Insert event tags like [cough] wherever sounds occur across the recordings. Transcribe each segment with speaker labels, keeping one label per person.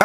Speaker 1: อ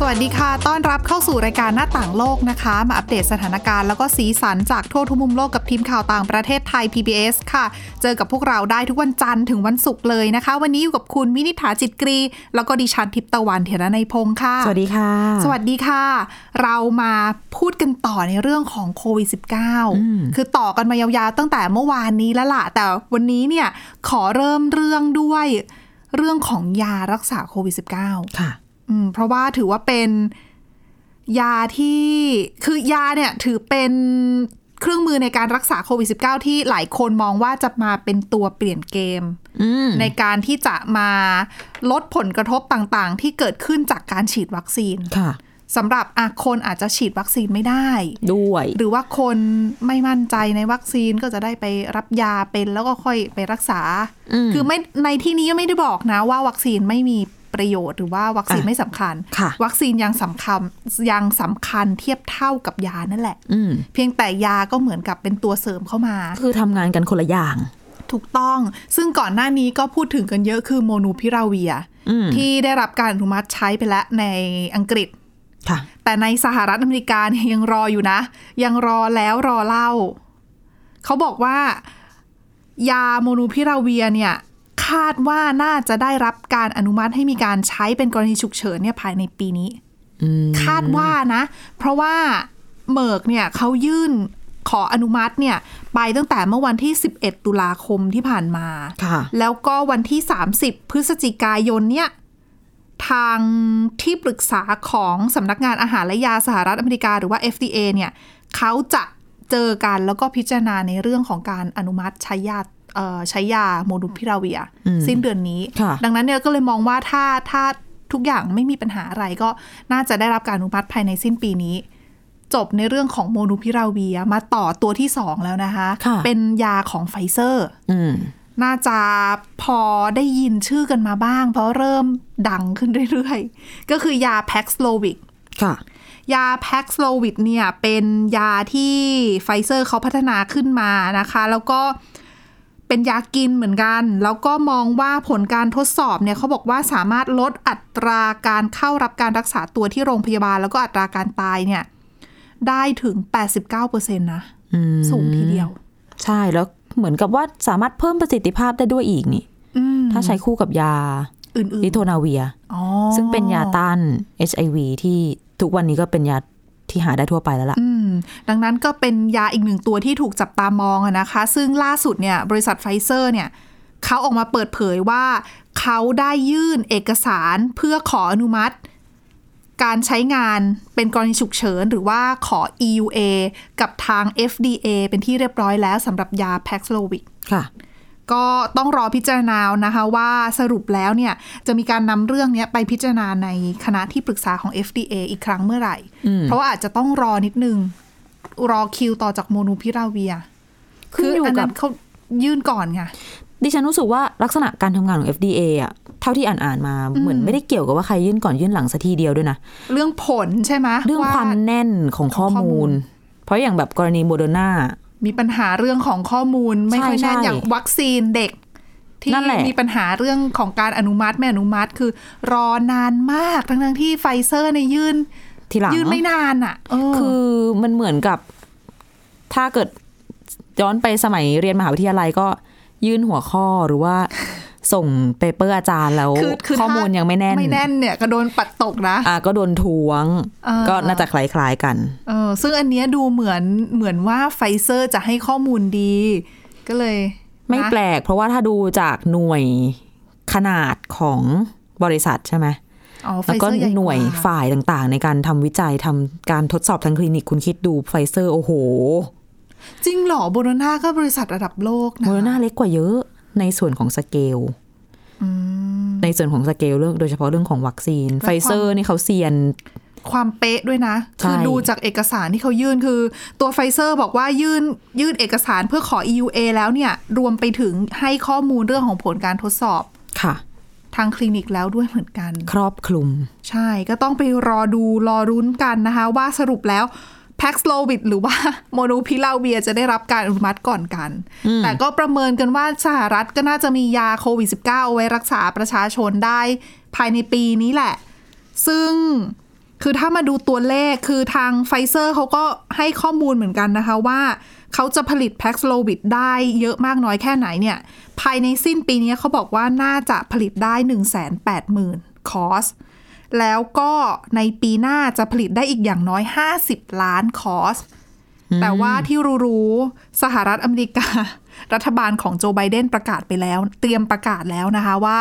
Speaker 2: สวัสดีค่ะ ต้อนรับเข้าสู่รายการหน้าต่างโลกนะคะ มาอัปเดตสถานการณ์แล้วก็สีสันจากทั่วทุกมุมโลกกับทีมข่าวต่างประเทศไทย PBS ค่ะ เจอกับพวกเราได้ทุกวันจันทร์ถึงวันศุกร์เลยนะคะ วันนี้อยู่กับคุณมินิษฐาจิตกรี แล้วก็ดิฉันทิพย์ตะวันเถระในยพงค์ค่ะ
Speaker 3: สวัสดีค่ะ
Speaker 2: สวัสดีค่ะ เรามาพูดกันต่อในเรื่องของโควิด -19 คือต่อกันมายาวๆตั้งแต่เมื่อวานนี้แล้วล่ะ แต่วันนี้เนี่ยขอเริ่มเรื่องด้วยเรื่องของยารักษาโควิด -19
Speaker 3: ค่ะ
Speaker 2: อืมเพราะว่าถือว่าเป็นยาที่คือยาเนี่ยถือเป็นเครื่องมือในการรักษาโควิด -19 ที่หลายคนมองว่าจะมาเป็นตัวเปลี่ยนเกม
Speaker 3: อืม
Speaker 2: ในการที่จะมาลดผลกระทบต่างๆ ที่เกิดขึ้นจากการฉีดวัคซีน
Speaker 3: ค่ะ
Speaker 2: สำหรับอะคนอาจจะฉีดวัคซีนไม่ได้
Speaker 3: ด้วย
Speaker 2: หรือว่าคนไม่มั่นใจในวัคซีนก็จะได้ไปรับยาเป็นแล้วก็ค่อยไปรักษา
Speaker 3: อืม
Speaker 2: คือไม่ในที่นี้ไม่ได้บอกนะว่าวัคซีนไม่มีประโยชน์หรือว่าวัคซีน
Speaker 3: อ่ะ
Speaker 2: ไม่สำคัญ
Speaker 3: ค่ะ
Speaker 2: วัคซีนยังสำคัญยังสำคัญเทียบเท่ากับยานั่นแหละ
Speaker 3: อืม
Speaker 2: เพียงแต่ยาก็เหมือนกับเป็นตัวเสริมเข้ามา
Speaker 3: คือทำงานกันคนละอย่าง
Speaker 2: ถูกต้อง ซึ่งก่อนหน้านี้ก็พูดถึงกันเยอะคือโมนูพิราเวีย
Speaker 3: อืม
Speaker 2: ที่ได้รับการอนุมัติใช้ไปแล้วในอังกฤษ
Speaker 3: ค่ะ
Speaker 2: แต่ในสหรัฐอเมริกาเนี่ยยังรออยู่นะ ยังรอแล้วรอเล่า เขาบอกว่า ยาโมนูพิราเวียเนี่ย คาดว่าน่าจะได้รับการอนุมัติให้มีการใช้เป็นกรณีฉุกเฉินเนี่ยภายในปีนี้
Speaker 3: อืม
Speaker 2: คาดว่านะ เพราะว่าเมิร์กเนี่ยเขายื่นขออนุมัติเนี่ย ไปตั้งแต่เมื่อวันที่ 11 ตุลาคมที่ผ่านมา
Speaker 3: ค่ะ
Speaker 2: แล้วก็วันที่ 30 พฤศจิกายนเนี่ย ทางที่ปรึกษาของสำนักงานอาหารและยาสหรัฐอเมริกาหรือว่า FDA เนี่ยเขาจะเจอกันแล้วก็พิจารณาในเรื่องของการอนุมัติใช้ยาเอ่อใช้ยาโมนูพิราเวีย
Speaker 3: อืม
Speaker 2: สิ้นเดือนนี้
Speaker 3: ค่ะ
Speaker 2: ดังนั้นเนี่ยก็เลยมองว่าถ้าถ้าทุกอย่างไม่มีปัญหาอะไรก็น่าจะได้รับการอนุมัติภายในสิ้นปีนี้ จบในเรื่องของโมนูพิราเวียมาต่อตัวที่สองแล้วนะคะ
Speaker 3: ค่ะ
Speaker 2: เป็นยาของไฟเซอร์
Speaker 3: อืม
Speaker 2: น่าจะพอได้ยินชื่อกันมาบ้าง เพราะเริ่มดังขึ้นเรื่อยๆ ก็คือยาแพ็กสโลวิก
Speaker 3: ค่ะ
Speaker 2: ยาแพ็กสโลวิกเนี่ยเป็นยาที่ไฟเซอร์เขาพัฒนาขึ้นมานะคะ แล้วก็เป็นยากินเหมือนกัน แล้วก็มองว่าผลการทดสอบเนี่ยเขาบอกว่าสามารถลดอัตราการเข้ารับการรักษาตัวที่โรงพยาบาล แล้วก็อัตราการตายเนี่ยได้ถึง 89%นะ
Speaker 3: อืม
Speaker 2: สูงทีเดียว
Speaker 3: ใช่ แล้วเหมือนกับว่าสามารถเพิ่มประสิทธิภาพได้ด้วยอีกนี่
Speaker 2: อืม
Speaker 3: ถ้าใช้คู่กับยา
Speaker 2: อื่
Speaker 3: ลิ
Speaker 2: น
Speaker 3: โทนาเวีย
Speaker 2: ๆอ๋อ
Speaker 3: ซึ่งเป็นยาต้าน HIV ที่ทุกวันนี้ก็เป็นยาที่หาได้ทั่วไปแล้วล่ะ
Speaker 2: อืมดังนั้นก็เป็นยาอีกหนึ่งตัวที่ถูกจับตามองอะนะคะ ซึ่งล่าสุดเนี่ยบริษัทไฟเซอร์เนี่ยเขาออกมาเปิดเผยว่า เขาได้ยื่นเอกสารเพื่อขออนุมัติ การใช้งานเป็นกรณีฉุกเฉิน หรือว่าขอ EUA กับทาง FDA เป็นที่เรียบร้อยแล้วสำหรับยา Paxlovid
Speaker 3: ค่ะ
Speaker 2: ก็ต้องรอพิจารณานะคะว่าสรุปแล้วเนี่ยจะมีการนำเรื่องเนี้ยไปพิจารณาในคณะที่ปรึกษาของ FDA อีกครั้งเมื่อไหร่
Speaker 3: อืม
Speaker 2: เพราะว่าอาจจะต้องรอนิดนึง รอคิวต่อจากโมนูพิราเวีย
Speaker 3: ขึ้นอยู่
Speaker 2: อั
Speaker 3: กับ
Speaker 2: นั้นเขายื่นก่อนไง
Speaker 3: ดิฉันรู้สึกว่าลักษณะการทำงานของ FDA อ่ะ เท่าที่อ่านอ่านๆมา เหมือนไม่ได้เกี่ยวกับว่าใครยื่นก่อนยื่นหลังสักทีเดียวด้วยนะ
Speaker 2: เรื่องผลใช่ไหม
Speaker 3: เรื่องความแน่นของข้อ
Speaker 2: ของข้อมู
Speaker 3: มู
Speaker 2: ล
Speaker 3: ล เพราะอย่างแบบกรณีโมเดอร์นา
Speaker 2: มีปัญหาเรื่องของข้อมูลไม่ค่อย
Speaker 3: ใช่
Speaker 2: แน่น
Speaker 3: ใช่
Speaker 2: อย่างวัคซีนเด็ก ที่
Speaker 3: นั่นแหละ
Speaker 2: มีปัญหาเรื่องของการอนุมัติไม่อนุมัติคือ รอนานมากทั้งทั้งๆที่ไฟเซอร์ในยยื่น
Speaker 3: ทีหลัง
Speaker 2: ยื่นไม่นานอ่ะเออ
Speaker 3: คือมันเหมือนกับถ้าเกิดย้อนไปสมัยเรียนมหาวิทยาลัยก็ยื่นหัวข้อ
Speaker 2: [laughs]
Speaker 3: หรือว่า ส่งเปเปอร์อาจารย์แล้ว
Speaker 2: คือคือ
Speaker 3: ข้อมูล
Speaker 2: ถ้ายั
Speaker 3: ยังไม่แน่น
Speaker 2: ไม่แน่นเนี่ยก็โดนปัดตกนะ
Speaker 3: อ่ะก็โดนทวง
Speaker 2: เออ
Speaker 3: ก็น่าจะคล้ายๆกัน
Speaker 2: เออซึ่งอันเนี้ยดูเหมือนเหมือนว่าไฟเซอร์จะให้ข้อมูลดี ก็เลย
Speaker 3: ไม่
Speaker 2: นะ
Speaker 3: แปลก เพราะว่าถ้าดูจากหน่วยขนาดของบริษัทใช่ไหม
Speaker 2: อ๋อไฟ
Speaker 3: แล้ว
Speaker 2: เซ
Speaker 3: ก็
Speaker 2: อร์ใญ่กา
Speaker 3: หน่วยฝ่ายต่างๆ ในการทำวิจัยทำการทดสอบทางคลินิกคุณคิดดูไฟเซอร์โอ้โห
Speaker 2: จริงเหรอโบโรนาก็บริษัทระดับโลก
Speaker 3: โม
Speaker 2: นะ
Speaker 3: เดอร์นาเล็กกว่าเยอะในส่วนของสเกล
Speaker 2: อืม
Speaker 3: ในส่วนของสเกลเรื่องโดยเฉพาะเรื่องของวัคซีน
Speaker 2: และความ
Speaker 3: ไฟเซอร์นี่เขาเซียน
Speaker 2: ความเป๊ะด้วยนะ
Speaker 3: ใช่
Speaker 2: คือดูจากเอกสารที่เขายื่นคือ ตัวไฟเซอร์บอกว่ายื่นยื่นเอกสารเพื่อขอ EUA แล้วเนี่ย รวมไปถึงให้ข้อมูลเรื่องของผลการทดสอบ
Speaker 3: ค่ะ
Speaker 2: ท ทางคลินิกแล้วด้วยเหมือนกัน
Speaker 3: ครอบคลุม
Speaker 2: ใช่ก็ต้องไปรอดูรอรุ้นกันนะคะ ว่าสรุปแล้วแพ็กสโลวิดหรือว่า [laughs] โมนูพิลาเวียจะได้รับการอนุมัติก่อนกัน แต่ก็ประเมินกันว่าสหรัฐก็น่าจะมียาโควิด -19 เอาไว้รักษาประชาชนได้ภายในปีนี้แหละ ซึ่งคือถ้ามาดูตัวเลขคือทางไฟเซอร์เขาก็ให้ข้อมูลเหมือนกันนะคะว่าเขาจะผลิตแพ็กสโลวิดได้เยอะมากน้อยแค่ไหนเนี่ย ภายในสิ้นปีนี้เขาบอกว่าน่าจะผลิตได้ 1 8 0 0 0 0 คอร์ส แล้วก็ในปีหน้าจะผลิตได้อีกอย่างน้อย 50 ล้านคอร์ส แต่ว่าที่รู้ๆสหรัฐอเมริกา รัฐบาลของโจไบเดนประกาศไปแล้ว เตรียมประกาศแล้วนะคะว่า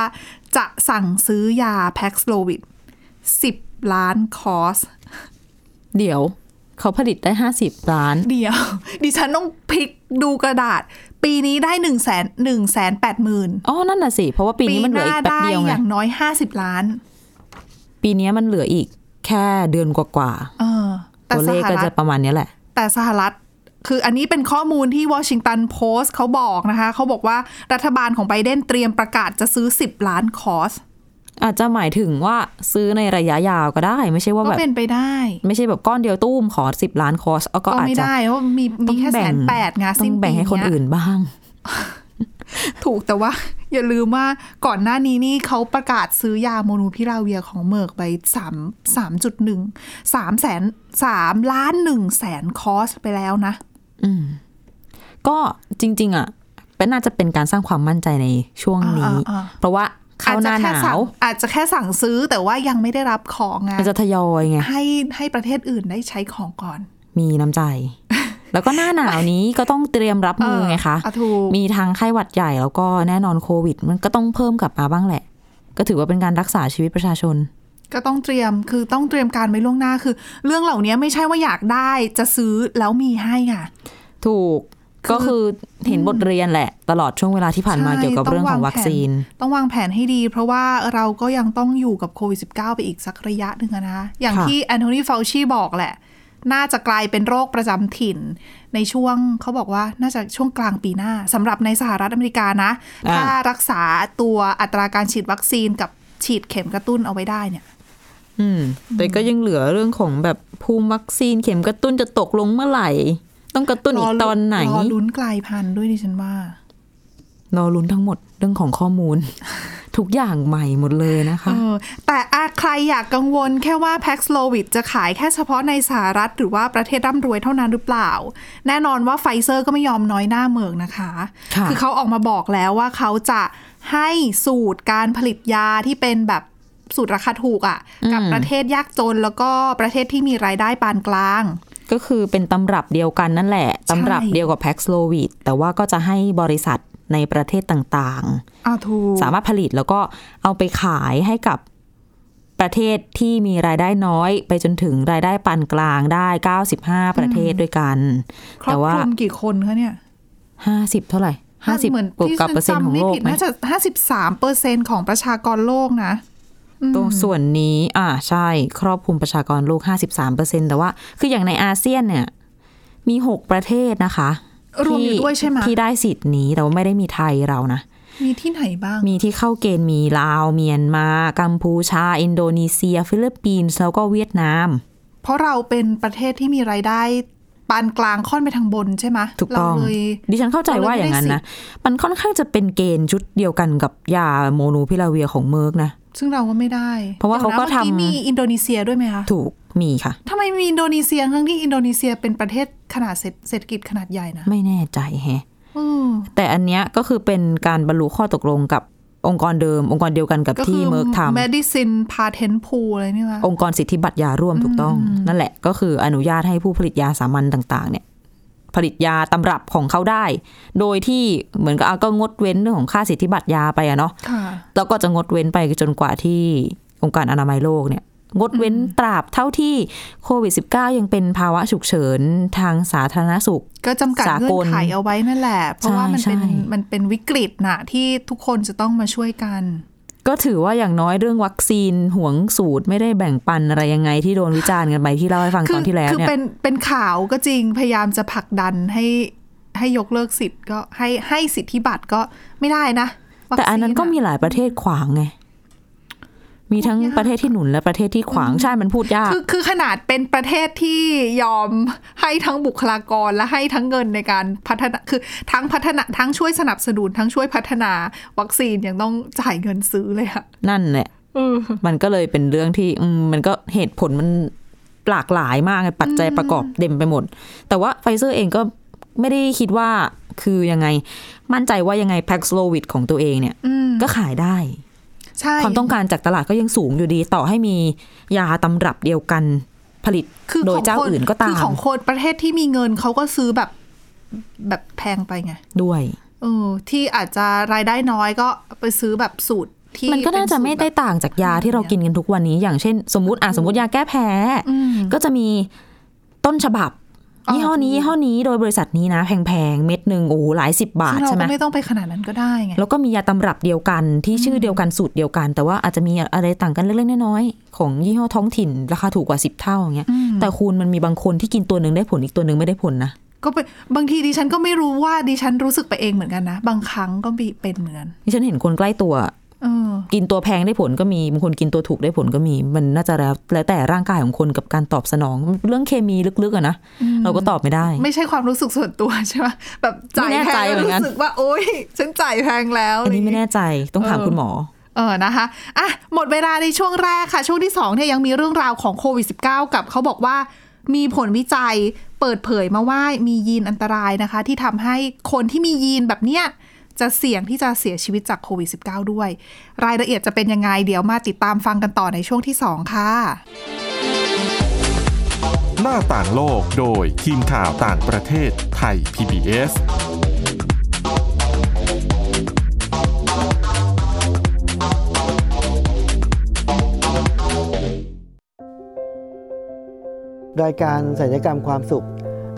Speaker 2: จะสั่งซื้อยาแพ็กสโลวิด10 ล้านคอร์ส
Speaker 3: เดี๋ยว เขาผลิตได้ห้าสิบล้าน
Speaker 2: เดียว [laughs] ดิฉันต้องพลิกดูกระดาษ ปีนี้ได้1นึ่งแสนหนึ่งแสนแปดหมื่น
Speaker 3: อ๋อ นั่นน่ะสิ เพราะว่าปีนี้มันเหลืออีกแป๊บเดียว
Speaker 2: อ
Speaker 3: ไง
Speaker 2: ย่างน้อย 50 ล้าน
Speaker 3: ปีนี้มันเหลืออีกแค่เดือนกว่า
Speaker 2: เออ
Speaker 3: ๆ ตัวเลขก็จะประมาณเนี้ยแหละ
Speaker 2: แต่สหรัฐคืออันนี้เป็นข้อมูลที่วอชิงตันโพสต์เขาบอกนะคะ เขาบอกว่ารัฐบาลของไบเดนเตรียมประกาศจะซื้อ 10 ล้านคอร์ส
Speaker 3: อาจจะหมายถึงว่าซื้อในระยะยาวก็ได้ ไม่ใช่ว่า
Speaker 2: ก็
Speaker 3: แบบ
Speaker 2: เป็นไปได้
Speaker 3: ไม่ใช่แบบก้อนเดียวตุ้มขอสิบล้านคอร์สเอาก็อาจ
Speaker 2: ไม่
Speaker 3: จะ
Speaker 2: ได้เพราะมีมีแค่แสนแปดไง
Speaker 3: ต้อ
Speaker 2: สิ้น
Speaker 3: ง
Speaker 2: ปี
Speaker 3: แบ่งให้คน
Speaker 2: เย
Speaker 3: อื่นบ้าง
Speaker 2: ถูกแต่ว่า อย่าลืมว่าก่อนหน้านี้นี่เขาประกาศซื้อยาโมนูพิราเวียของเมิร์กไปสามสามจุดหนึ่งสามแสนสามล้านหนึ่งแสนคอร์สไปแล้วนะ
Speaker 3: อืม ก็จริง ๆ อ่ะ เป็นน่าจะเป็นการสร้างความมั่นใจในช่วงนี้
Speaker 2: อ่าๆ
Speaker 3: เพราะว่าเข้าหน้าหนาว
Speaker 2: อาจจะแค่สั่งอาจจะแค่สั่งซื้อแต่ว่ายังไม่ได้รับของไง
Speaker 3: มันจะทยอยไง
Speaker 2: ให้ให้ประเทศอื่นได้ใช้ของก่อน
Speaker 3: มี
Speaker 2: [laughs]
Speaker 3: น้ำใจ แล้วก็หน้าหนาวนี้ก็ต้องเตรียมรับมือไงคะ
Speaker 2: เอออ่ะถูก
Speaker 3: มีทั้งไข้หวัดใหญ่แล้วก็แน่นอนโควิด มันก็ต้องเพิ่มกลับมาบ้างแหละ ก็ถือว่าเป็นการรักษาชีวิตประชาชน
Speaker 2: ก็ต้องเตรียมคือต้องเตรียมการไว้ล่วงหน้าคือ เรื่องเหล่านี้ไม่ใช่ว่าอยากได้จะซื้อแล้วมีให้อ่ะ
Speaker 3: ถูก
Speaker 2: คือ
Speaker 3: ก็คือเห็นบทเรียนแหละ ตลอดช่วงเวลาที่ผ่านมาเกี่ยวกับเรื่องของวัคซีน
Speaker 2: ต้องวางแผนให้ดี เพราะว่าเราก็ยังต้องอยู่กับโควิด -19 ไปอีกสักระยะหนึ่งอะนะอย่าง
Speaker 3: ค่ะ
Speaker 2: ที่แอนโทนีเฟลชีบอกแหละ น่าจะกลายเป็นโรคประจำถิ่น ในช่วงเขาบอกว่าน่าจะช่วงกลางปีหน้าสำหรับในสหรัฐอเมริกานะ ถ้ารักษาตัวอัตราการฉีดวัคซีนกับฉีดเข็มกระตุ้นเอาไว้ได้เนี่ย
Speaker 3: อืม แต่ก็ยังเหลือเรื่องของแบบภูมิวัคซีนเข็มกระตุ้นจะตกลงเมื่อไหร่ ต้องกระตุ้นอีกตอนไหน
Speaker 2: รอลุ้นกลายพันธุ์ด้วยดิฉันว่า
Speaker 3: รอลุ้นทั้งหมดเรื่องของข้อมูล [laughs] ทุกอย่างใหม่หมดเลยนะคะ
Speaker 2: เออแต่อะใครอยากกังวลแค่ว่าแพ็กสโลวิดจะขายแค่เฉพาะในสหรัฐ หรือว่าประเทศร่ำรวยเท่านั้นหรือเปล่า แน่นอนว่าไฟเซอร์ก็ไม่ยอมน้อยหน้าเมืองนะคะ
Speaker 3: ค่ะ
Speaker 2: อเขาออกมาบอกแล้วว่าเขาจะให้สูตรการผลิตยาที่เป็นแบบสูตรราคาถูกอะ่ะ กับประเทศยากจนแล้วก็ประเทศที่มีรายได้ปานกลาง
Speaker 3: ก็คือเป็นตำรับเดียวกันนั่นแหละ ตำรับเดียวกับแพ็กสโลวิดแต่ว่าก็จะให้บริษัทในประเทศต่าง
Speaker 2: อ้าวถูก
Speaker 3: ๆ สามารถผลิตแล้วก็เอาไปขายให้กับประเทศที่มีรายได้น้อย ไปจนถึงรายได้ปานกลางได้ 95 ประเทศด้วยกัน
Speaker 2: ครอ
Speaker 3: แต่
Speaker 2: บ
Speaker 3: ว่า
Speaker 2: คลุมกี่คนคะเนี่ย
Speaker 3: 50 เท่าไหร่ 50
Speaker 2: เหมือน
Speaker 3: กว่า
Speaker 2: ที่
Speaker 3: กับเปอร์เซ็นต์
Speaker 2: จำ
Speaker 3: ของ
Speaker 2: ไม่
Speaker 3: โลก
Speaker 2: ผิด
Speaker 3: ไหม
Speaker 2: น่าจะห้าสิบสามเปอร์เซ็นของประชากรโลกนะ
Speaker 3: ตรงส่วนนี้ อ่าใช่ ครอบคลุมประชากรโลก 53%แต่ว่า คืออย่างในอาเซียนเนี่ยมี 6 ประเทศนะคะ
Speaker 2: รวมอยู่ด้วยใช่ไหม
Speaker 3: ที่ได้สิทธิ์นี้แต่ว่าไม่ได้มีไทยเรานะ
Speaker 2: มีที่ไหนบ้าง
Speaker 3: มีที่เข้าเกณฑ์มีลาว เมียนมา กัมพูชา อินโดนีเซีย ฟิลิปปินส์แล้วก็เวียดนาม
Speaker 2: เพราะเราเป็นประเทศที่มีรายได้ปานกลางค่อนไปทางบนใช่ไหม
Speaker 3: ถูกต้อง
Speaker 2: เราเลย
Speaker 3: ดิฉันเข้าใจว่าอย่างนั้นนะ มันค่อนข้างจะเป็นเกณฑ์ชุดเดียวกันกับยาโมนูพิลาเวียของเมิร์กนะ
Speaker 2: ซึ่งเราก็ไม่ได้
Speaker 3: เพราะว่าเขาก็
Speaker 2: ดี๋ยนะมื่อ
Speaker 3: ทำ
Speaker 2: มีอินโดนีเซียด้วยไหมคะ
Speaker 3: ถูกมีค่ะ
Speaker 2: ทำไมมีอินโดนีเซียทั้งที่อินโดนีเซียเป็นประเทศขนาดเศรษเศรษฐกิจขนาดใหญ่นะ
Speaker 3: ไม่แน่ใจแฮะ
Speaker 2: อืม
Speaker 3: แต่อันเนี้ยก็คือเป็นการบรรลุข้อตกลงกับองค์กรเดิม องค์กรเดียวกันกับ
Speaker 2: ก็
Speaker 3: ที่
Speaker 2: คือ
Speaker 3: เมิร์กทำ
Speaker 2: medicine patent pool อะไรนี่วะ
Speaker 3: องค์กรสิทธิบัตรยาร่วมถูกต้อง นั่นแหละก็คืออนุญาตให้ผู้ผลิตยาสามัญต่างๆ เนี่ย ผลิตยาตำรับของเขาได้ โดยที่เหมือนกับอ่ะก็งดเว้นเรื่องของค่าสิทธิบัตรยาไปอะเนาะ
Speaker 2: ค่ะ
Speaker 3: แล้วก็จะงดเว้นไปจนกว่าที่องค์การอนามัยโลกเนี่ย งดเว้นตราบเท่าที่โควิด -19 ยังเป็นภาวะฉุกเฉินทางสาธารณสุข
Speaker 2: ก็จำกัด
Speaker 3: สากล
Speaker 2: เงื่อนไขเอาไว้นั่นแหละ เพราะว่ามันเป็น
Speaker 3: ใช่ใช่
Speaker 2: มันเป็นวิกฤตนะที่ทุกคนจะต้องมาช่วยกัน
Speaker 3: ก็ถือว่าอย่างน้อยเรื่องวัคซีนห่วงสูตรไม่ได้แบ่งปันอะไรยังไงที่โดนวิจารณ์กันไปที่เล่าให้ฟังตอนที่แล้ว
Speaker 2: คือ
Speaker 3: เนี่ย
Speaker 2: เป็นเป็นข่าวก็จริงพยายามจะผลักดันให้ให้ยกเลิกสิทธิ์ก็ให้ให้สิทธิบัตรก็ไม่ได้นะวัคซี
Speaker 3: แต่อันนั้นก็มี
Speaker 2: ะ
Speaker 3: หลายประเทศขวางไง มีทั้งประเทศที่หนุนและประเทศที่ขวางใช่มันพูดยาก
Speaker 2: คือคือขนาดเป็นประเทศที่ยอม [laughs] ให้ทั้งบุคลากรและให้ทั้งเงินในการพัฒนาคือทั้งพัฒนาทั้งช่วยสนับสนุนทั้งช่วยพัฒนาวัคซีนยังต้องจ่ายเงินซื้อเลยอะ
Speaker 3: นั่นแหละ
Speaker 2: เออ
Speaker 3: มันก็เลยเป็นเรื่องที่อืมมันก็เหตุผลมันหลากหลายมากไงปัจจัยประกอบเต็มไปหมด แต่ว่าไฟเซอร์เองก็ไม่ได้คิดว่าคือยังไงมั่นใจว่ายังไงแพ็กโลวิดของตัวเองเนี่ย
Speaker 2: อืม
Speaker 3: ก็ขายได้
Speaker 2: ใช่
Speaker 3: ความต้องการจากตลาดก็ยังสูงอยู่ดี ต่อให้มียาตำรับเดียวกันผลิต
Speaker 2: คือ
Speaker 3: โด
Speaker 2: ข
Speaker 3: ย
Speaker 2: อง
Speaker 3: เจ้า
Speaker 2: คน
Speaker 3: อื่นก็ตา
Speaker 2: คือข
Speaker 3: ม
Speaker 2: องคนประเทศที่มีเงินเขาก็ซื้อแบบแบบแพงไปไง
Speaker 3: ด้วย
Speaker 2: เออที่อาจจะรายได้น้อยก็ไปซื้อแบบสูตรที่
Speaker 3: มันก็น่าจะ
Speaker 2: เป็สูตร
Speaker 3: ไม่ได้
Speaker 2: แบบ
Speaker 3: ต่างจากยาที่เรากินกันทุกวันนี้ อย่างเช่น สมมติอ่ะสมมติยาแก้แพ้
Speaker 2: อืม
Speaker 3: ก็จะมีต้นฉบับ
Speaker 2: อ๋อ
Speaker 3: ยี่ห้อนี้ยี่ห้อนี้โดยบริษัทนี้นะ แพงๆ เม็ดหนึ่งโอ้โหหลายสิบบาท
Speaker 2: ซึ่งเรา
Speaker 3: ใช่ไหม
Speaker 2: ก็ไม่ต้องไปขนาดนั้นก็ได้ไง
Speaker 3: แล้วก็มียาตำรับเดียวกันที่ชื่อเดียวกันสูตรเดียวกัน แต่ว่าอาจจะมีอะไรต่างกันเล็กๆน้อยๆของยี่ห้อท้องถิ่นราคาถูกกว่าสิบเท่าอย่างเงี้ย
Speaker 2: อืม
Speaker 3: แต่คุณมันมีบางคนที่กินตัวหนึ่งได้ผลอีกตัวหนึ่งไม่ได้ผลนะ
Speaker 2: ก็เป็นบางทีดิฉันก็ไม่รู้ว่าดิฉันรู้สึกไปเองเหมือนกันนะ บางครั้งก็มีเป็นเหมือนกัน
Speaker 3: นี่ฉันเห็นคนใกล้ตัว
Speaker 2: เออ
Speaker 3: กินตัวแพงได้ผลก็มีบางคนกินตัวถูกได้ผลก็มี มันน่าจะแล้วแล้วแต่ร่างกายของคนกับการตอบสนองมันเรื่องเคมีลึกๆอะนะเราก็ตอบไม่ได้
Speaker 2: ไม่ใช่ความรู้สึกส่วนตัวใช่ไหมแบบจ่าย
Speaker 3: ไม่แน่
Speaker 2: แพ
Speaker 3: ใจ
Speaker 2: ง
Speaker 3: เหมื
Speaker 2: แล้ว
Speaker 3: อนกัน
Speaker 2: รู้สึกว่า โอ๊ย ฉันจ่ายแพงแล้ว
Speaker 3: อันนี้ไม่แน่ใจต้องถามคุณหมอ
Speaker 2: เออนะคะอ่ะหมดเวลาในช่วงแรกค่ะ ช่วงที่2เนี่ยยังมีเรื่องราวของโควิด -19 กับเขาบอกว่า มีผลวิจัยเปิดเผยมาว่ามียีนอันตรายนะคะ ที่ทำให้คนที่มียีนแบบเนี้ยจะเสี่ยงที่จะเสียชีวิตจากโควิด -19 ด้วย รายละเอียดจะเป็นยังไงเดี๋ยวมาติดตามฟังกันต่อในช่วงที่สองค่ะ
Speaker 1: หน้าต่างโลกโดยทีมข่าวต่างประเทศไทย PBS
Speaker 4: รายการศัลยกรรมความสุข เ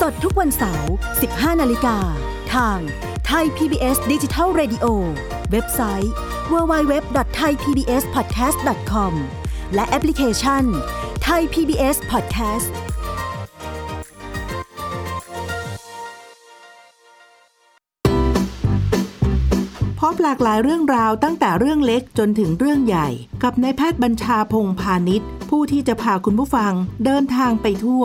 Speaker 5: สดทุกวันเสาร์ 15 นาฬิกา ทางไทย PBS d i g i ดิจิ Radio เว็บไซต์ www.thaipbspodcast.com และแอปพลิเคชัน Thai PBS Podcast
Speaker 6: พบหลากหลายเรื่องราวตั้งแต่เรื่องเล็กจนถึงเรื่องใหญ่ กับนายแพทย์บัญชาพงษ์พาณิชย์ ผู้ที่จะพาคุณผู้ฟังเดินทางไปทั่ว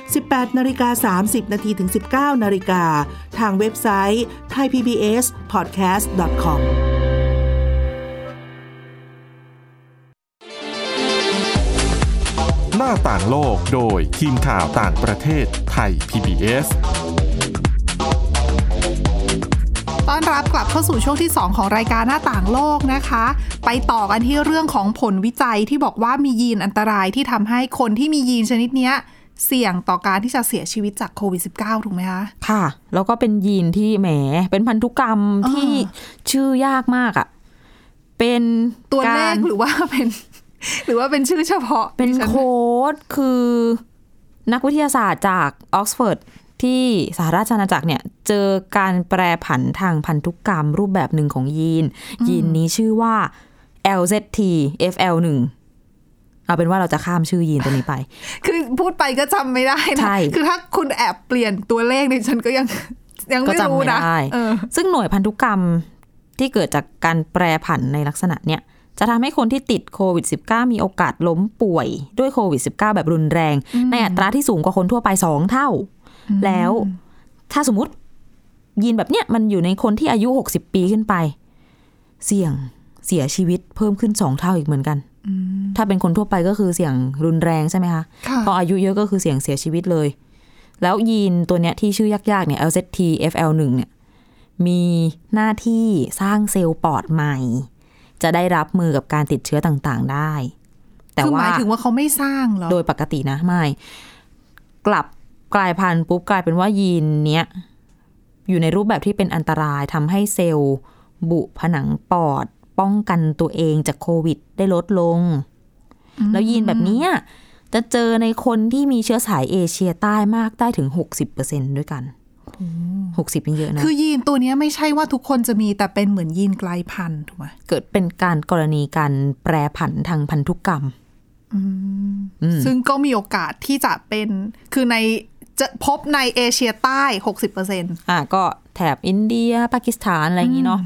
Speaker 6: 18นาฬิกา30นาทีถึง 19นาฬิกาทางเว็บไซต์ thaipbspodcast.com
Speaker 1: หน้าต่างโลกโดยทีมข่าวต่างประเทศไทย PBS
Speaker 2: ต้อนรับกลับเข้าสู่ช่วงที่ 2 ของรายการหน้าต่างโลกนะคะ ไปต่อกันที่เรื่องของผลวิจัยที่บอกว่ามียีนอันตรายที่ทำให้คนที่มียีนชนิดเนี้ย เสี่ยงต่อการที่จะเสียชีวิตจากโควิด -19 ถูกไหมคะ
Speaker 3: ค่ะ แล้วก็เป็นยีนที่แหม เป็นพันธุกรรม
Speaker 2: อ่า
Speaker 3: ที่ชื่อยากมากอะ่ะ เป็น
Speaker 2: ตัวเล
Speaker 3: กา
Speaker 2: ข
Speaker 3: ร
Speaker 2: หรือว่าเป็น [laughs] หรือว่าเป็นชื่อเฉพาะ
Speaker 3: เป็น
Speaker 2: ดิฉั
Speaker 3: โค้ดคือนักวิทยาศาสตร์จากออกซฟอร์ดที่สหราชอาณาจักรเนี่ย เจอการแปรผันทางพันธุกรรมรูปแบบหนึ่งของยีน ยีนนี้ชื่อว่า LZTFL1 เอาเป็นว่าเราจะข้ามชื่อยีนตัวนี้ไป
Speaker 2: คือพูดไปก็จำไม่ได้นะ
Speaker 3: ใช่
Speaker 2: คือถ้าคุณแอบเปลี่ยนตัวเลขดิฉันก็ยังยัง
Speaker 3: ก็
Speaker 2: ไม่
Speaker 3: จำ
Speaker 2: รู้
Speaker 3: ไม่
Speaker 2: นะ
Speaker 3: ได้
Speaker 2: เออ
Speaker 3: ซึ่งหน่วยพันธุกรรมที่เกิดจากการแปรผันในลักษณะเนี่ย จะทำให้คนที่ติดโควิด -19 มีโอกาสล้มป่วยด้วยโควิด -19 แบบรุนแรง ในอัตราที่สูงกว่าคนทั่วไป 2 เท่า แล้วถ้าสมมติยีนแบบเนี้ยมันอยู่ในคนที่อายุ 60 ปีขึ้นไป เสี่ยงเสียชีวิตเพิ่มขึ้น 2 เท่าอีกเหมือนกัน ถ้าเป็นคนทั่วไปก็คือเสี่ยงรุนแรงใช่ไหมคะ
Speaker 2: ค่ะ
Speaker 3: พออายุเยอะก็คือเสี่ยงเสียชีวิตเลย แล้วยีนตัวเนี้ยที่ชื่อยากๆเนี่ย LZT FL1 เนี่ยมีหน้าที่สร้างเซลล์ปอดใหม่ จะได้รับมือกับการติดเชื้อต่างๆได้ แต่
Speaker 2: คือห
Speaker 3: ว่า
Speaker 2: มายถึงว่าเขาไม่สร้างเหรอ
Speaker 3: โดยปกตินะไม่ กลับกลายพันธุ์ปุ๊บกลายเป็นว่ายีนเนี้ยอยู่ในรูปแบบที่เป็นอันตรายทำให้เซลล์ บุผนังปอด ป้องกันตัวเองจากโควิดได้ลดลง แล้วยีนแบบเนี้ยจะเจอในคนที่มีเชื้อสายเอเชียใต้มากได้ถึง 60%ด้วยกัน 60เป็นเยอะนะ
Speaker 2: คือยีนตัวเนี้ยไม่ใช่ว่าทุกคนจะมีแต่เป็นเหมือนยีนกลายพันธุ์ถูกไหม
Speaker 3: เกิดเป็นการกรณีการแปรผันทางพันธุกรรม อืม
Speaker 2: ซึ่งก็มีโอกาสที่จะเป็น คือในจะพบในเอเชียใต้ 60%
Speaker 3: อ่ะก็แถบอินเดียปากีสถานอะไรอย่างนี้เนาะ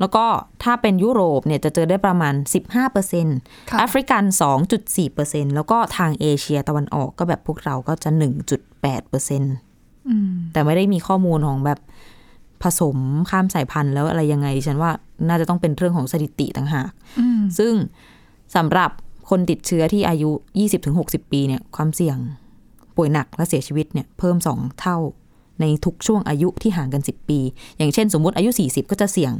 Speaker 3: แล้วก็ถ้าเป็นยุโรปเนี่ยจะเจอได้ประมาณ 15%
Speaker 2: ค่ะ
Speaker 3: แอฟริกัน 2.4%แล้วก็ทางเอเชียตะวันออกก็แบบพวกเราก็จะ 1.8%แต่ไม่ได้มีข้อมูลของแบบผสมข้ามสายพันธุ์แล้วอะไรยังไงดิฉันว่าน่าจะต้องเป็นเรื่องของสถิติต่างหาก ซึ่งสำหรับคนติดเชื้อที่อายุ 20-60 ปีเนี่ยความเสี่ยง ป่วยหนักและเสียชีวิตเนี่ยเพิ่ม 2 เท่าในทุกช่วงอายุที่ห่างกัน 10 ปี อย่างเช่นสมมุติอายุ 40 ก็จะเสี่ยง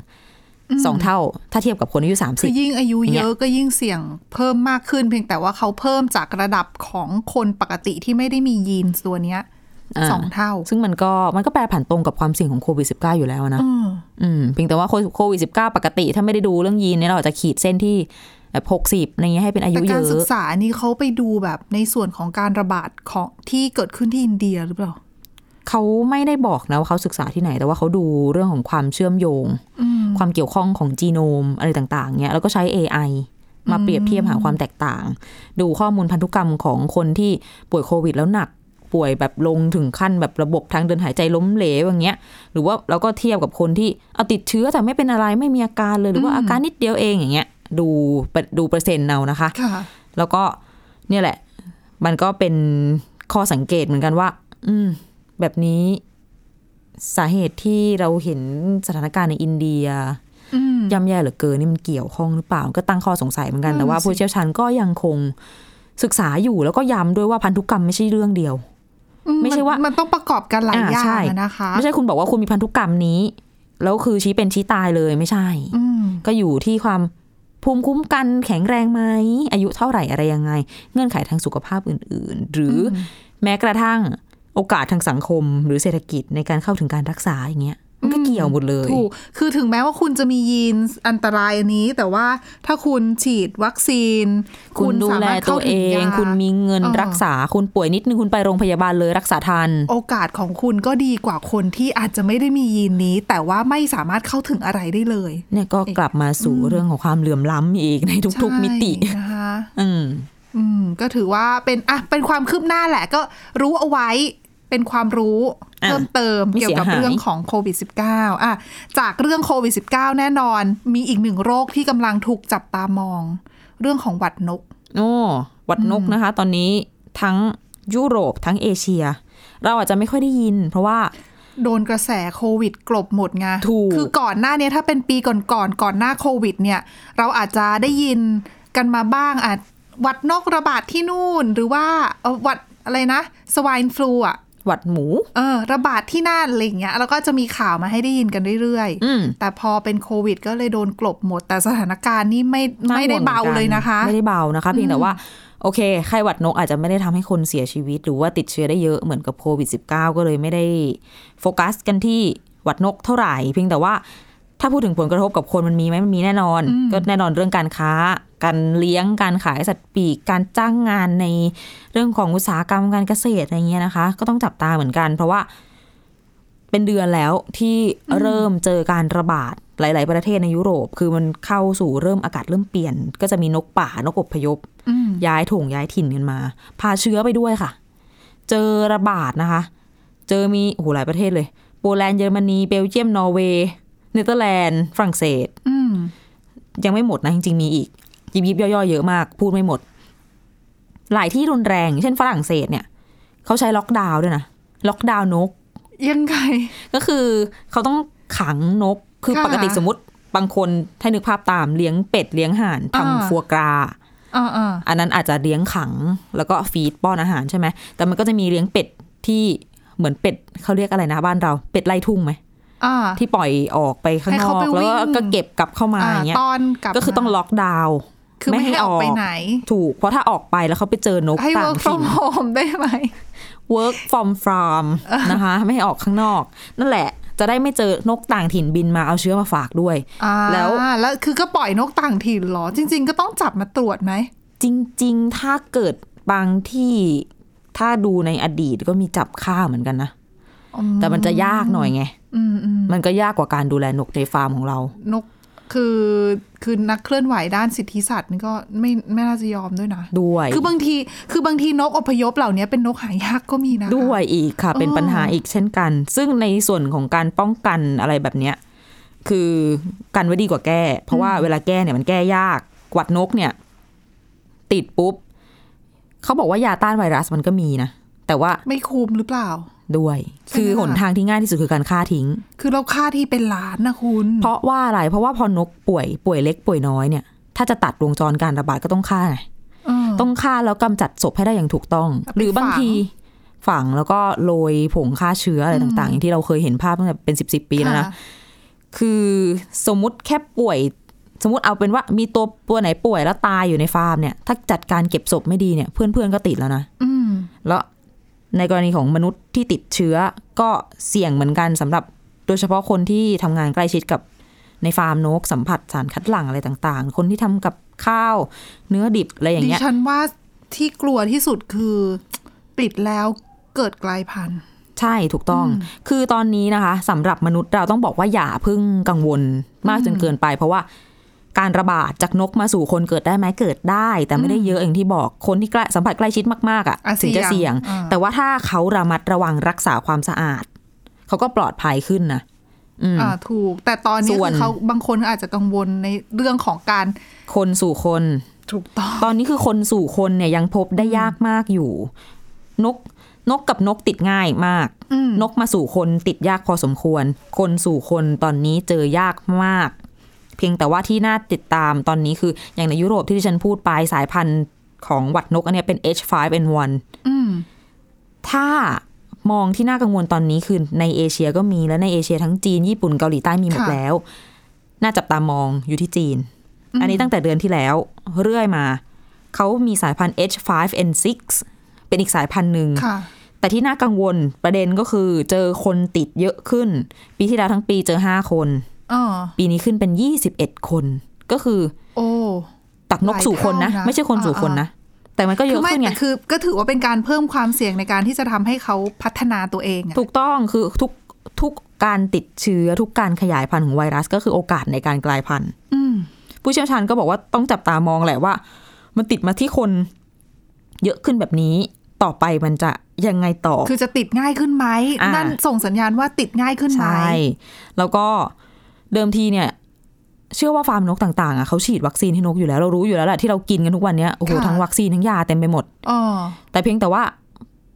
Speaker 3: 2 เท่า ถ้าเทียบกับคนอายุ
Speaker 2: คือ
Speaker 3: 30
Speaker 2: ยิ่งอายุ
Speaker 3: เนี่
Speaker 2: เย
Speaker 3: ย
Speaker 2: อะก็ยิ่งเสี่ยงเพิ่มมากขึ้น เพียงแต่ว่าเขาเพิ่มจากระดับของคนปกติที่ไม่ได้มียีนตัวเนี้ย
Speaker 3: อ่า
Speaker 2: สองเท่า
Speaker 3: ซึ่งมันก็มันก็แปรผันตรงกับความเสี่ยงของโควิด -19 อยู่แล้วนะ
Speaker 2: อืม
Speaker 3: อืมเพียงแต่ว่าโควิด -19 ปกติ ถ้าไม่ได้ดูเรื่องยีนเนี่ยเราอาจจะขีดเส้นที่แบบ60อะไรเงี้ยให้เป็นอายุ
Speaker 2: แต่
Speaker 3: เย
Speaker 2: การ
Speaker 3: อะ
Speaker 2: ศึกษานี่เขาไปดูแบบในส่วนของการระบาดของที่เกิดขึ้นที่อินเดียหรือเปล่า
Speaker 3: เขาไม่ได้บอกนะว่าเขาศึกษาที่ไหน แต่ว่าเขาดูเรื่องของความเชื่อมโยง ความเกี่ยวข้องของจีโนมอะไรต่างๆเนี่ยแล้วก็ใช้ AI มาเปรียบเทียบหาความแตกต่าง ดูข้อมูลพันธุกรรมของคนที่ป่วยโควิดแล้วหนัก ป่วยแบบลงถึงขั้นแบบระบบทางเดินหายใจล้มเหลวอย่างเงี้ย หรือว่าเราก็เทียบกับคนที่เอาติดเชื้อแต่ไม่เป็นอะไรไม่มีอาการเลยหรือว่าอาการนิดเดียวเองอย่างเงี้ยดูดูเปอร์เซ็นต์เอานะคะ
Speaker 2: ค่ะ
Speaker 3: แล้วก็เนี่ยแหละ มันก็เป็นข้อสังเกตเหมือนกันว่า อืม แบบนี้สาเหตุที่เราเห็นสถานการณ์ในอินเดีย
Speaker 2: อืม
Speaker 3: ย่ำแย่เหลือเกินนี่มันเกี่ยวข้องหรือเปล่าก็ตั้งข้อสงสัยเหมือนกันแต่ว่าผู้เชี่ยวชาญก็ยังคงศึกษาอยู่แล้วก็ย้ำด้วยว่าพันธุกรรมไม่ใช่เรื่องเดียว ไม่ใช่ว่ามั
Speaker 2: นต้องประกอบกันหลายอย่า
Speaker 3: ใช่
Speaker 2: งอะนะคะ
Speaker 3: ไม่ใช่คุณบอกว่าคุณมีพันธุกรรมนี้ แล้วคือชี้เป็นชี้ตายเลยไม่ใช่
Speaker 2: อืม
Speaker 3: ก็อยู่ที่ความภูมิคุ้มกันแข็งแรงไหม อายุเท่าไหร่อะไรยังไง เงื่อนไขทางสุขภาพอื่น ๆ หรืออแม้กระทั่งโอกาสทางสังคม หรือเศรษฐกิจในการเข้าถึงการรักษาอย่างเงี้ยมันก็เกี่ยวหมดเลย
Speaker 2: ถูก คือถึงแม้ว่าคุณจะมียีนอันตรายอันนี้ แต่ว่าถ้าคุณฉีดวัคซีน
Speaker 3: คุณดู
Speaker 2: สา
Speaker 3: แล
Speaker 2: มารถ
Speaker 3: ตั
Speaker 2: ข้าว
Speaker 3: เอ
Speaker 2: ถึ
Speaker 3: ง
Speaker 2: ยา
Speaker 3: คุณมีเงิน
Speaker 2: เออ
Speaker 3: รักษา คุณป่วยนิดนึง คุณไปโรงพยาบาลเลยรักษาทัน
Speaker 2: โอกาสของคุณก็ดีกว่าคนที่อาจจะไม่ได้มียีนนี้ แต่ว่าไม่สามารถเข้าถึงอะไรได้เลย
Speaker 3: เนี่ยก็กลับมาสู่เรื่องของความเหลื่อมล้ำอีกในทุก
Speaker 2: ใช่
Speaker 3: ๆ มิติ
Speaker 2: นะคะ
Speaker 3: อืม
Speaker 2: อืม ก็ถือว่าเป็นอ่ะเป็นความคืบหน้าแหละ ก็รู้เอาไว้เป็นความรู้
Speaker 3: อ่ะ
Speaker 2: เพิ่มเติม
Speaker 3: ไม่
Speaker 2: เกี่ยวกับ
Speaker 3: เสียหาย
Speaker 2: เรื่องของโควิด -19 อ่ะจากเรื่องโควิด -19 แน่นอน มีอีกหนึ่งโรคที่กำลังถูกจับตามอง เรื่องของหวัดนก
Speaker 3: โอ้วัดนกนะคะ ตอนนี้ทั้งยุโรปทั้งเอเชีย เราอาจจะไม่ค่อยได้ยิน เพราะว่า
Speaker 2: โดนกระแสโควิดกลบหมดไง
Speaker 3: ถูก
Speaker 2: คือก่อนหน้าเนี้ยถ้าเป็นปีก่อนๆก่อนหน้าโควิด เนี่ย เราอาจจะได้ยินกันมาบ้างอาจหวัดนกระบาดที่นู่น หรือว่าเอ่อหวัดอะไรนะสวายฟลูอ่ะ
Speaker 3: หวัดหมู
Speaker 2: เออระบาดที่นั่นอะไรอย่างเงี้ยแล้วก็จะมีข่าวมาให้ได้ยินกันเรื่อย
Speaker 3: อืม
Speaker 2: แต่พอเป็นโควิด ก็เลยโดนกลบหมด แต่สถานการณ์นี่ไม่ไม่ได้เบาเลยนะคะ
Speaker 3: ไม่ได้เบานะคะ เพียงแต่ว่าโอเคไข้หวัดนกอาจจะไม่ได้ทำให้คนเสียชีวิต หรือว่าติดเชื้อได้เยอะเหมือนกับโควิด -19 ก็เลยไม่ได้โฟกัสกันที่หวัดนกเท่าไหร่ เพียงแต่ว่าถ้าพูดถึงผลกระทบกับคนมันมีไหมมันมีแน่นอน ก็แน่นอนเรื่องการค้า การเลี้ยงการขายสัตว์ปีกการจ้างงานในเรื่องของอุตสาหกรรมการเกษตรอะไรเงี้ยนะคะ ก็ต้องจับตาเหมือนกัน เพราะว่า เป็นเดือนแล้วที่เริ่มเจอการระบาดหลาย ๆ ประเทศในยุโรป คือมันเข้าสู่เริ่มอากาศเริ่มเปลี่ยน ก็จะมีนกป่านกอพยพ ย้ายถงย้ายถิ่นกันมา พาเชื้อไปด้วยค่ะ เจอระบาดนะคะ เจอมีโอ้โหหลายประเทศเลย โปแลนด์เยอรมนีเบลเยียมนอร์เวย์เนเธอร์แลนด์ฝรั่งเศส
Speaker 2: อืม
Speaker 3: ยังไม่หมดนะ จริงๆ มีอีก ยิบยิบย่อยๆ เยอะมาก พูดไม่หมด หลายที่รุนแรง เช่นฝรั่งเศสเนี่ยเขาใช้ล็อกดาวน์ด้วยนะล็อกดาวน์นก
Speaker 2: ยังไง
Speaker 3: ก็คือเขาต้องขังนก คือ
Speaker 2: ค่ะ
Speaker 3: ปกติสมมติบางคนถ้านึกภาพตามเลี้ยงเป็ดเลี้ยงห่าน
Speaker 2: อ่า
Speaker 3: ทำฟัวกรา
Speaker 2: อ่าอ่า
Speaker 3: อันนั้นอาจจะเลี้ยงขังแล้วก็ฟีดป้อนอาหารใช่ไหมแต่มันก็จะมีเลี้ยงเป็ดที่เหมือนเป็ดเขาเรียกอะไรนะบ้านเรา เป็ดไล่ทุ่งไหม
Speaker 2: อ่า
Speaker 3: ที่ปล่อยออกไปข้าง
Speaker 2: ให้
Speaker 3: น
Speaker 2: เขา
Speaker 3: อก
Speaker 2: ไป
Speaker 3: แล้วก็
Speaker 2: วิ่ง
Speaker 3: ก็เก็บกลับเข้ามาอย่างเงี้ย
Speaker 2: ตอนกลับ
Speaker 3: ก็คือต้อง
Speaker 2: มา
Speaker 3: ล็อกดาวน์
Speaker 2: คือไม่ให้ออกไปไหน
Speaker 3: ถูก เพราะถ้าออกไปแล้วเขาไปเจอนก
Speaker 2: ให้
Speaker 3: ต่าง
Speaker 2: work
Speaker 3: ถิ่
Speaker 2: from
Speaker 3: น
Speaker 2: home ได้ไหม
Speaker 3: work from farm นะคะ [laughs] ไม่ให้ออกข้างนอก นั่นแหละ จะได้ไม่เจอนกต่างถิ่นบินมาเอาเชื้อมาฝากด้วย
Speaker 2: อ่า
Speaker 3: แล้ว
Speaker 2: แล้วคือก็ปล่อยนกต่างถิ่นเหรอ จริง ๆ ก็ต้องจับมาตรวจไหม
Speaker 3: จริง ๆ ถ้าเกิดบางที่ถ้าดูในอดีตก็มีจับฆ่าเหมือนกันนะ
Speaker 2: อืม
Speaker 3: แต่มันจะยากหน่อยไง
Speaker 2: อืมอืม
Speaker 3: มันก็ยากกว่าการดูแลนกในฟาร์มของเรา
Speaker 2: นกคือคือนักเคลื่อนไหวด้านสิทธิสัตว์นี่ก็ไม่ไม่น่าจะยอมด้วยนะ
Speaker 3: ด้วย
Speaker 2: คือบางทีคือบางทีนกอพยพเหล่านี้เป็นนกหายากก็มีนะคะ
Speaker 3: ด้วยอีกค่ะเป็นปัญหาอีกเช่นกัน ซึ่งในส่วนของการป้องกันอะไรแบบเนี้ยคือกันไว้ดีกว่าแก้ เพราะว่าเวลาแก้เนี่ยมันแก้ยากกวัดนกเนี่ย ติดปุ๊บเขาบอกว่ายาต้านไวรัสมันก็มีนะ แต่ว่า
Speaker 2: ไม่คุ้มหรือเปล่า
Speaker 3: ด้วย
Speaker 2: ใช่ไหม
Speaker 3: คือ
Speaker 2: ล่ะ
Speaker 3: หนทางที่ง่ายที่สุดคือการฆ่าทิ้ง
Speaker 2: คือเราค่าที่เป็นล้านนะคุณ
Speaker 3: เพราะว่าอะไร เพราะว่าพอนกป่วยป่วยเล็กป่วยน้อยเนี่ย ถ้าจะตัดวงจรการระบาดก็ต้องฆ่าไง
Speaker 2: เออ
Speaker 3: ต้องฆ่าแล้วกำจัดศพให้ได้อย่างถูกต้อง
Speaker 2: เอาไป
Speaker 3: หรือบาง
Speaker 2: ฝัง
Speaker 3: ทีฝังแล้วก็โรยผงฆ่าเชื้ออะไรต่างๆ อย่างที่เราเคยเห็นภาพตั้งแต่เป็นสิบสิบปีแล้วนะ คือสมมติแค่ป่วย สมมติเอาเป็นว่ามีตัวตัวไหนป่วยแล้วตายอยู่ในฟาร์มเนี่ย ถ้าจัดการเก็บศพไม่ดีเนี่ย เพื่อนๆก็ติดแล้วนะ
Speaker 2: อืม
Speaker 3: แล้วในกรณีของมนุษย์ที่ติดเชื้อก็เสี่ยงเหมือนกันสำหรับโดยเฉพาะคนที่ทำงานใกล้ชิดกับในฟาร์มนกสัมผัสสารคัดหลั่งอะไรต่างๆ คนที่ทำกับข้าวเนื้อดิบอะไรอย่าง
Speaker 2: ดิ
Speaker 3: เงี้ย
Speaker 2: ฉันว่าที่กลัวที่สุดคือติดแล้วเกิดกลายพันธุ์
Speaker 3: ใช่ถูกต้อง คือตอนนี้นะคะสำหรับมนุษย์เราต้องบอกว่าอย่าเพึ่งกังวลมากจนเกินไป เพราะว่าการระบาดจากนกมาสู่คนเกิดได้ไหมเกิดได้ แต่ไม่ได้เยอะอย่างที่บอกคนที่ใกล้สัมผัสใกล้ชิดมากๆ
Speaker 2: อ่ะ
Speaker 3: อะ่ะถึงจะ
Speaker 2: เสี่
Speaker 3: เสี่
Speaker 2: ย
Speaker 3: ย
Speaker 2: ง
Speaker 3: ง
Speaker 2: อ่า
Speaker 3: แต่ว่าถ้าเขาระมัดระวังรักษาความสะอาด เขาก็ปลอดภัยขึ้นนะอืม
Speaker 2: อ่าถูก แต่ตอนนี้
Speaker 3: ส่วน
Speaker 2: คือเขาบางคนอาจจะกังวลในเรื่องของการ
Speaker 3: คนสู่คน
Speaker 2: ถูกต้อง
Speaker 3: ตอนนี้คือคนสู่คนเนี่ยยังพบได้ยากมากอยู่ นกนกกับนกติดง่ายมาก
Speaker 2: อืม
Speaker 3: นกมาสู่คนติดยากพอสมควร คนสู่คนตอนนี้เจอยากมาก เพียงแต่ว่าที่น่าติดตามตอนนี้คืออย่างในยุโรปที่ที่ฉันพูดไปสายพันธุ์ของหวัดนกอันเนี้ยเป็น H5N1
Speaker 2: อืม
Speaker 3: ถ้ามองที่น่ากังวลตอนนี้คือในเอเชียก็มีและในเอเชียทั้งจีนญี่ปุ่นเกาหลีใต้มีหมด
Speaker 2: ค่ะ
Speaker 3: แล้ว น่าจับตามองอยู่ที่จีน อันนี้ตั้งแต่เดือนที่แล้ว เรื่อยมา เขามีสายพันธุ์ H5N6 เป็นอีกสายพันธุ์หนึ่ง
Speaker 2: ค่ะ
Speaker 3: แต่ที่น่ากังวลประเด็นก็คือเจอคนติดเยอะขึ้น ปีที่แล้วทั้งปีเจอ 5 คน
Speaker 2: เออ
Speaker 3: ปีนี้ขึ้นเป็น 21 คน ก็คือ
Speaker 2: โอ้
Speaker 3: ตักนกสู่คนนะ
Speaker 2: หลายเท่านะ
Speaker 3: ไม่ใช่คนสู่คน
Speaker 2: อ่า
Speaker 3: นะ แต่มันก็เย
Speaker 2: คือ
Speaker 3: อะ
Speaker 2: ไม่
Speaker 3: ขึ้นไง
Speaker 2: แต่คือก็ถือว่าเป็นการเพิ่มความเสี่ยงในการที่จะทำให้เขาพัฒนาตัวเองอะ
Speaker 3: ถูกต้องคือทุกทุกการติดเชื้อทุกการขยายพันธุ์ของไวรัส ก็คือโอกาสในการกลายพันธุ์
Speaker 2: อืม
Speaker 3: ผู้เชี่ยวชาญก็บอกว่าต้องจับตามองแหละว่า มันติดมาที่คนเยอะขึ้นแบบนี้ ต่อไปมันจะยังไงต่อ
Speaker 2: คือจะติดง่ายขึ้นไหม
Speaker 3: อ่านั่
Speaker 2: นั่นส่งสัญญาณว่าติดง่ายขึ้นไหม
Speaker 3: ใช่ แล้วก็เดิมทีเนี่ย เชื่อว่าฟาร์มนกต่างๆอ่ะเขาฉีดวัคซีนให้นกอยู่แล้วเรารู้อยู่แล้วแหละที่เรากินกันทุกวันเนี้ยโอ้โหทั้งวัคซีนทั้งยาเต็มไปหมด
Speaker 2: อ๋อ
Speaker 3: แต่เพียงแต่ว่า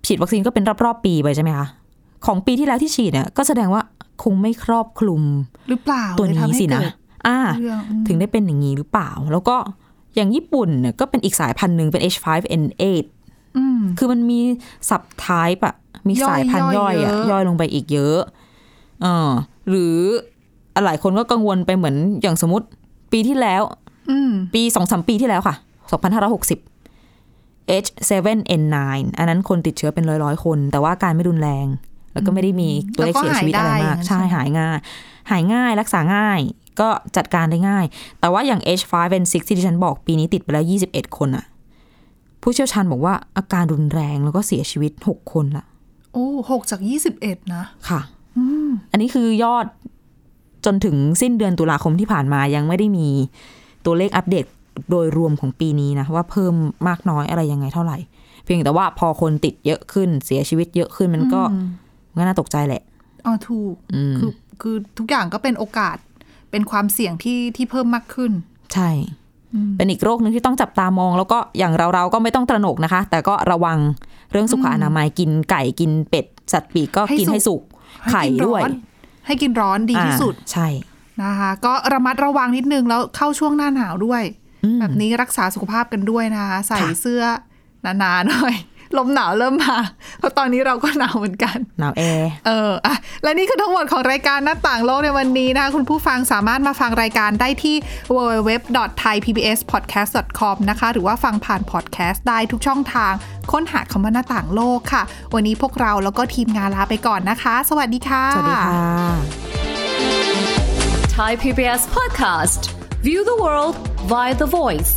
Speaker 3: ฉีดวัคซีนก็เป็นรอบๆปีไปใช่ไหมคะของปีที่แล้วที่ฉีดเนี่ยก็แสดงว่าคงไม่ครอบคลุม
Speaker 2: หรือเปล่า
Speaker 3: ตัวนี้สินะ
Speaker 2: เลยทำให้เกิด
Speaker 3: อ่า
Speaker 2: เรื่องอืม
Speaker 3: ถึงได้เป็นอย่างนี้หรือเปล่า แล้วก็อย่างญี่ปุ่นเนี่ยก็เป็นอีกสายพันธุ์หนึ่งเป็น H5N8
Speaker 2: อืม
Speaker 3: คือมันมีสับทายปะมี
Speaker 2: ย่อย
Speaker 3: สายพันธุ์ย่อย
Speaker 2: ย่อย
Speaker 3: อะ
Speaker 2: เยอะ
Speaker 3: ย่อยลงไปอีกเยอะเออหรือหลายคนก็กังวลไปเหมือนอย่างสมมติปีที่แล้ว
Speaker 2: อืม
Speaker 3: ปีสองสามปีที่แล้วค่ะ 2560 H7N9 อันนั้นคนติดเชื้อเป็นร้อยร้อยๆคน แต่ว่าอาการไม่รุนแรง แล้วก็ไม่ได้มีตัวเล
Speaker 2: แล้
Speaker 3: ข
Speaker 2: วก็
Speaker 3: เสียชีวิตอะไร
Speaker 2: หายได้อ
Speaker 3: มาก
Speaker 2: ย่างนั้นใช่
Speaker 3: ใช่
Speaker 2: ไหม
Speaker 3: หายง่าย หายง่ายรักษาง่าย ก็จัดการได้ง่าย แต่ว่าอย่าง H5N6 ที่ดิฉันบอกปีนี้ติดไปแล้ว 21 คนอะผู้เชี่ยวชาญบอกว่าอาการรุนแรงแล้วก็เสียชีวิต 6 คนละ
Speaker 2: โอ้หกจากยี่สิบเอ็ดนะ
Speaker 3: ค่ะอันนี้คือยอดจนถึงสิ้นเดือนตุลาคมที่ผ่านมายังไม่ได้มีตัวเลขอัปเดตโดยรวมของปีนี้นะว่าเพิ่มมากน้อยอะไรยังไงเท่าไหร่ เพียงแต่ว่าพอคนติดเยอะขึ้นเสียชีวิตเยอะขึ้นมันก็มันก็น่าตกใจแหละ
Speaker 2: อ๋อถูก
Speaker 3: อืม
Speaker 2: คือคือทุกอย่างก็เป็นโอกาสเป็นความเสี่ยงที่ที่เพิ่มมากขึ้น
Speaker 3: ใช่ เป็นอีกโรคหนึ่งที่ต้องจับตามอง แล้วก็อย่างเราเราก็ไม่ต้องตระหนกนะคะ แต่ก็ระวังเรื่องสุขอนามัยกินไก่กินเป็ด สัตว์ปีกก็
Speaker 2: ให้
Speaker 3: กิน
Speaker 2: สุก
Speaker 3: ให้สุก ไข่
Speaker 2: ให้กินร้
Speaker 3: ด้วย
Speaker 2: อนให้กินร้อนดีที่
Speaker 3: อ่า
Speaker 2: สุด
Speaker 3: ใช่
Speaker 2: นะคะ ก็ระมัดระวังนิดนึงแล้วเข้าช่วงหน้าหนาวด้วย
Speaker 3: อืม
Speaker 2: แบบนี้รักษาสุขภาพกันด้วยนะคะ ใส่
Speaker 3: ค่ะ
Speaker 2: เสื้อหนาๆหน่อย [laughs] ลมหนาวเริ่มมา เพราะตอนนี้เราก็หนาวเหมือนกัน
Speaker 3: หนาวแอร์
Speaker 2: เอออ่ะและนี่คือทั้งหมดของรายการหน้าต่างโลกในวันนี้นะคะ คุณผู้ฟังสามารถมาฟังรายการได้ที่ www.thaipbspodcast.com นะคะ หรือว่าฟังผ่านพอดแคสต์ได้ทุกช่องทาง ค้นหาคำว่าหน้าต่างโลกค่ะ วันนี้พวกเราแล้วก็ทีมงานลาไปก่อนนะคะ สวัสดีค่ะ
Speaker 3: สวัสดีค่ะ
Speaker 7: Thai PBS podcast. View the world via the voice.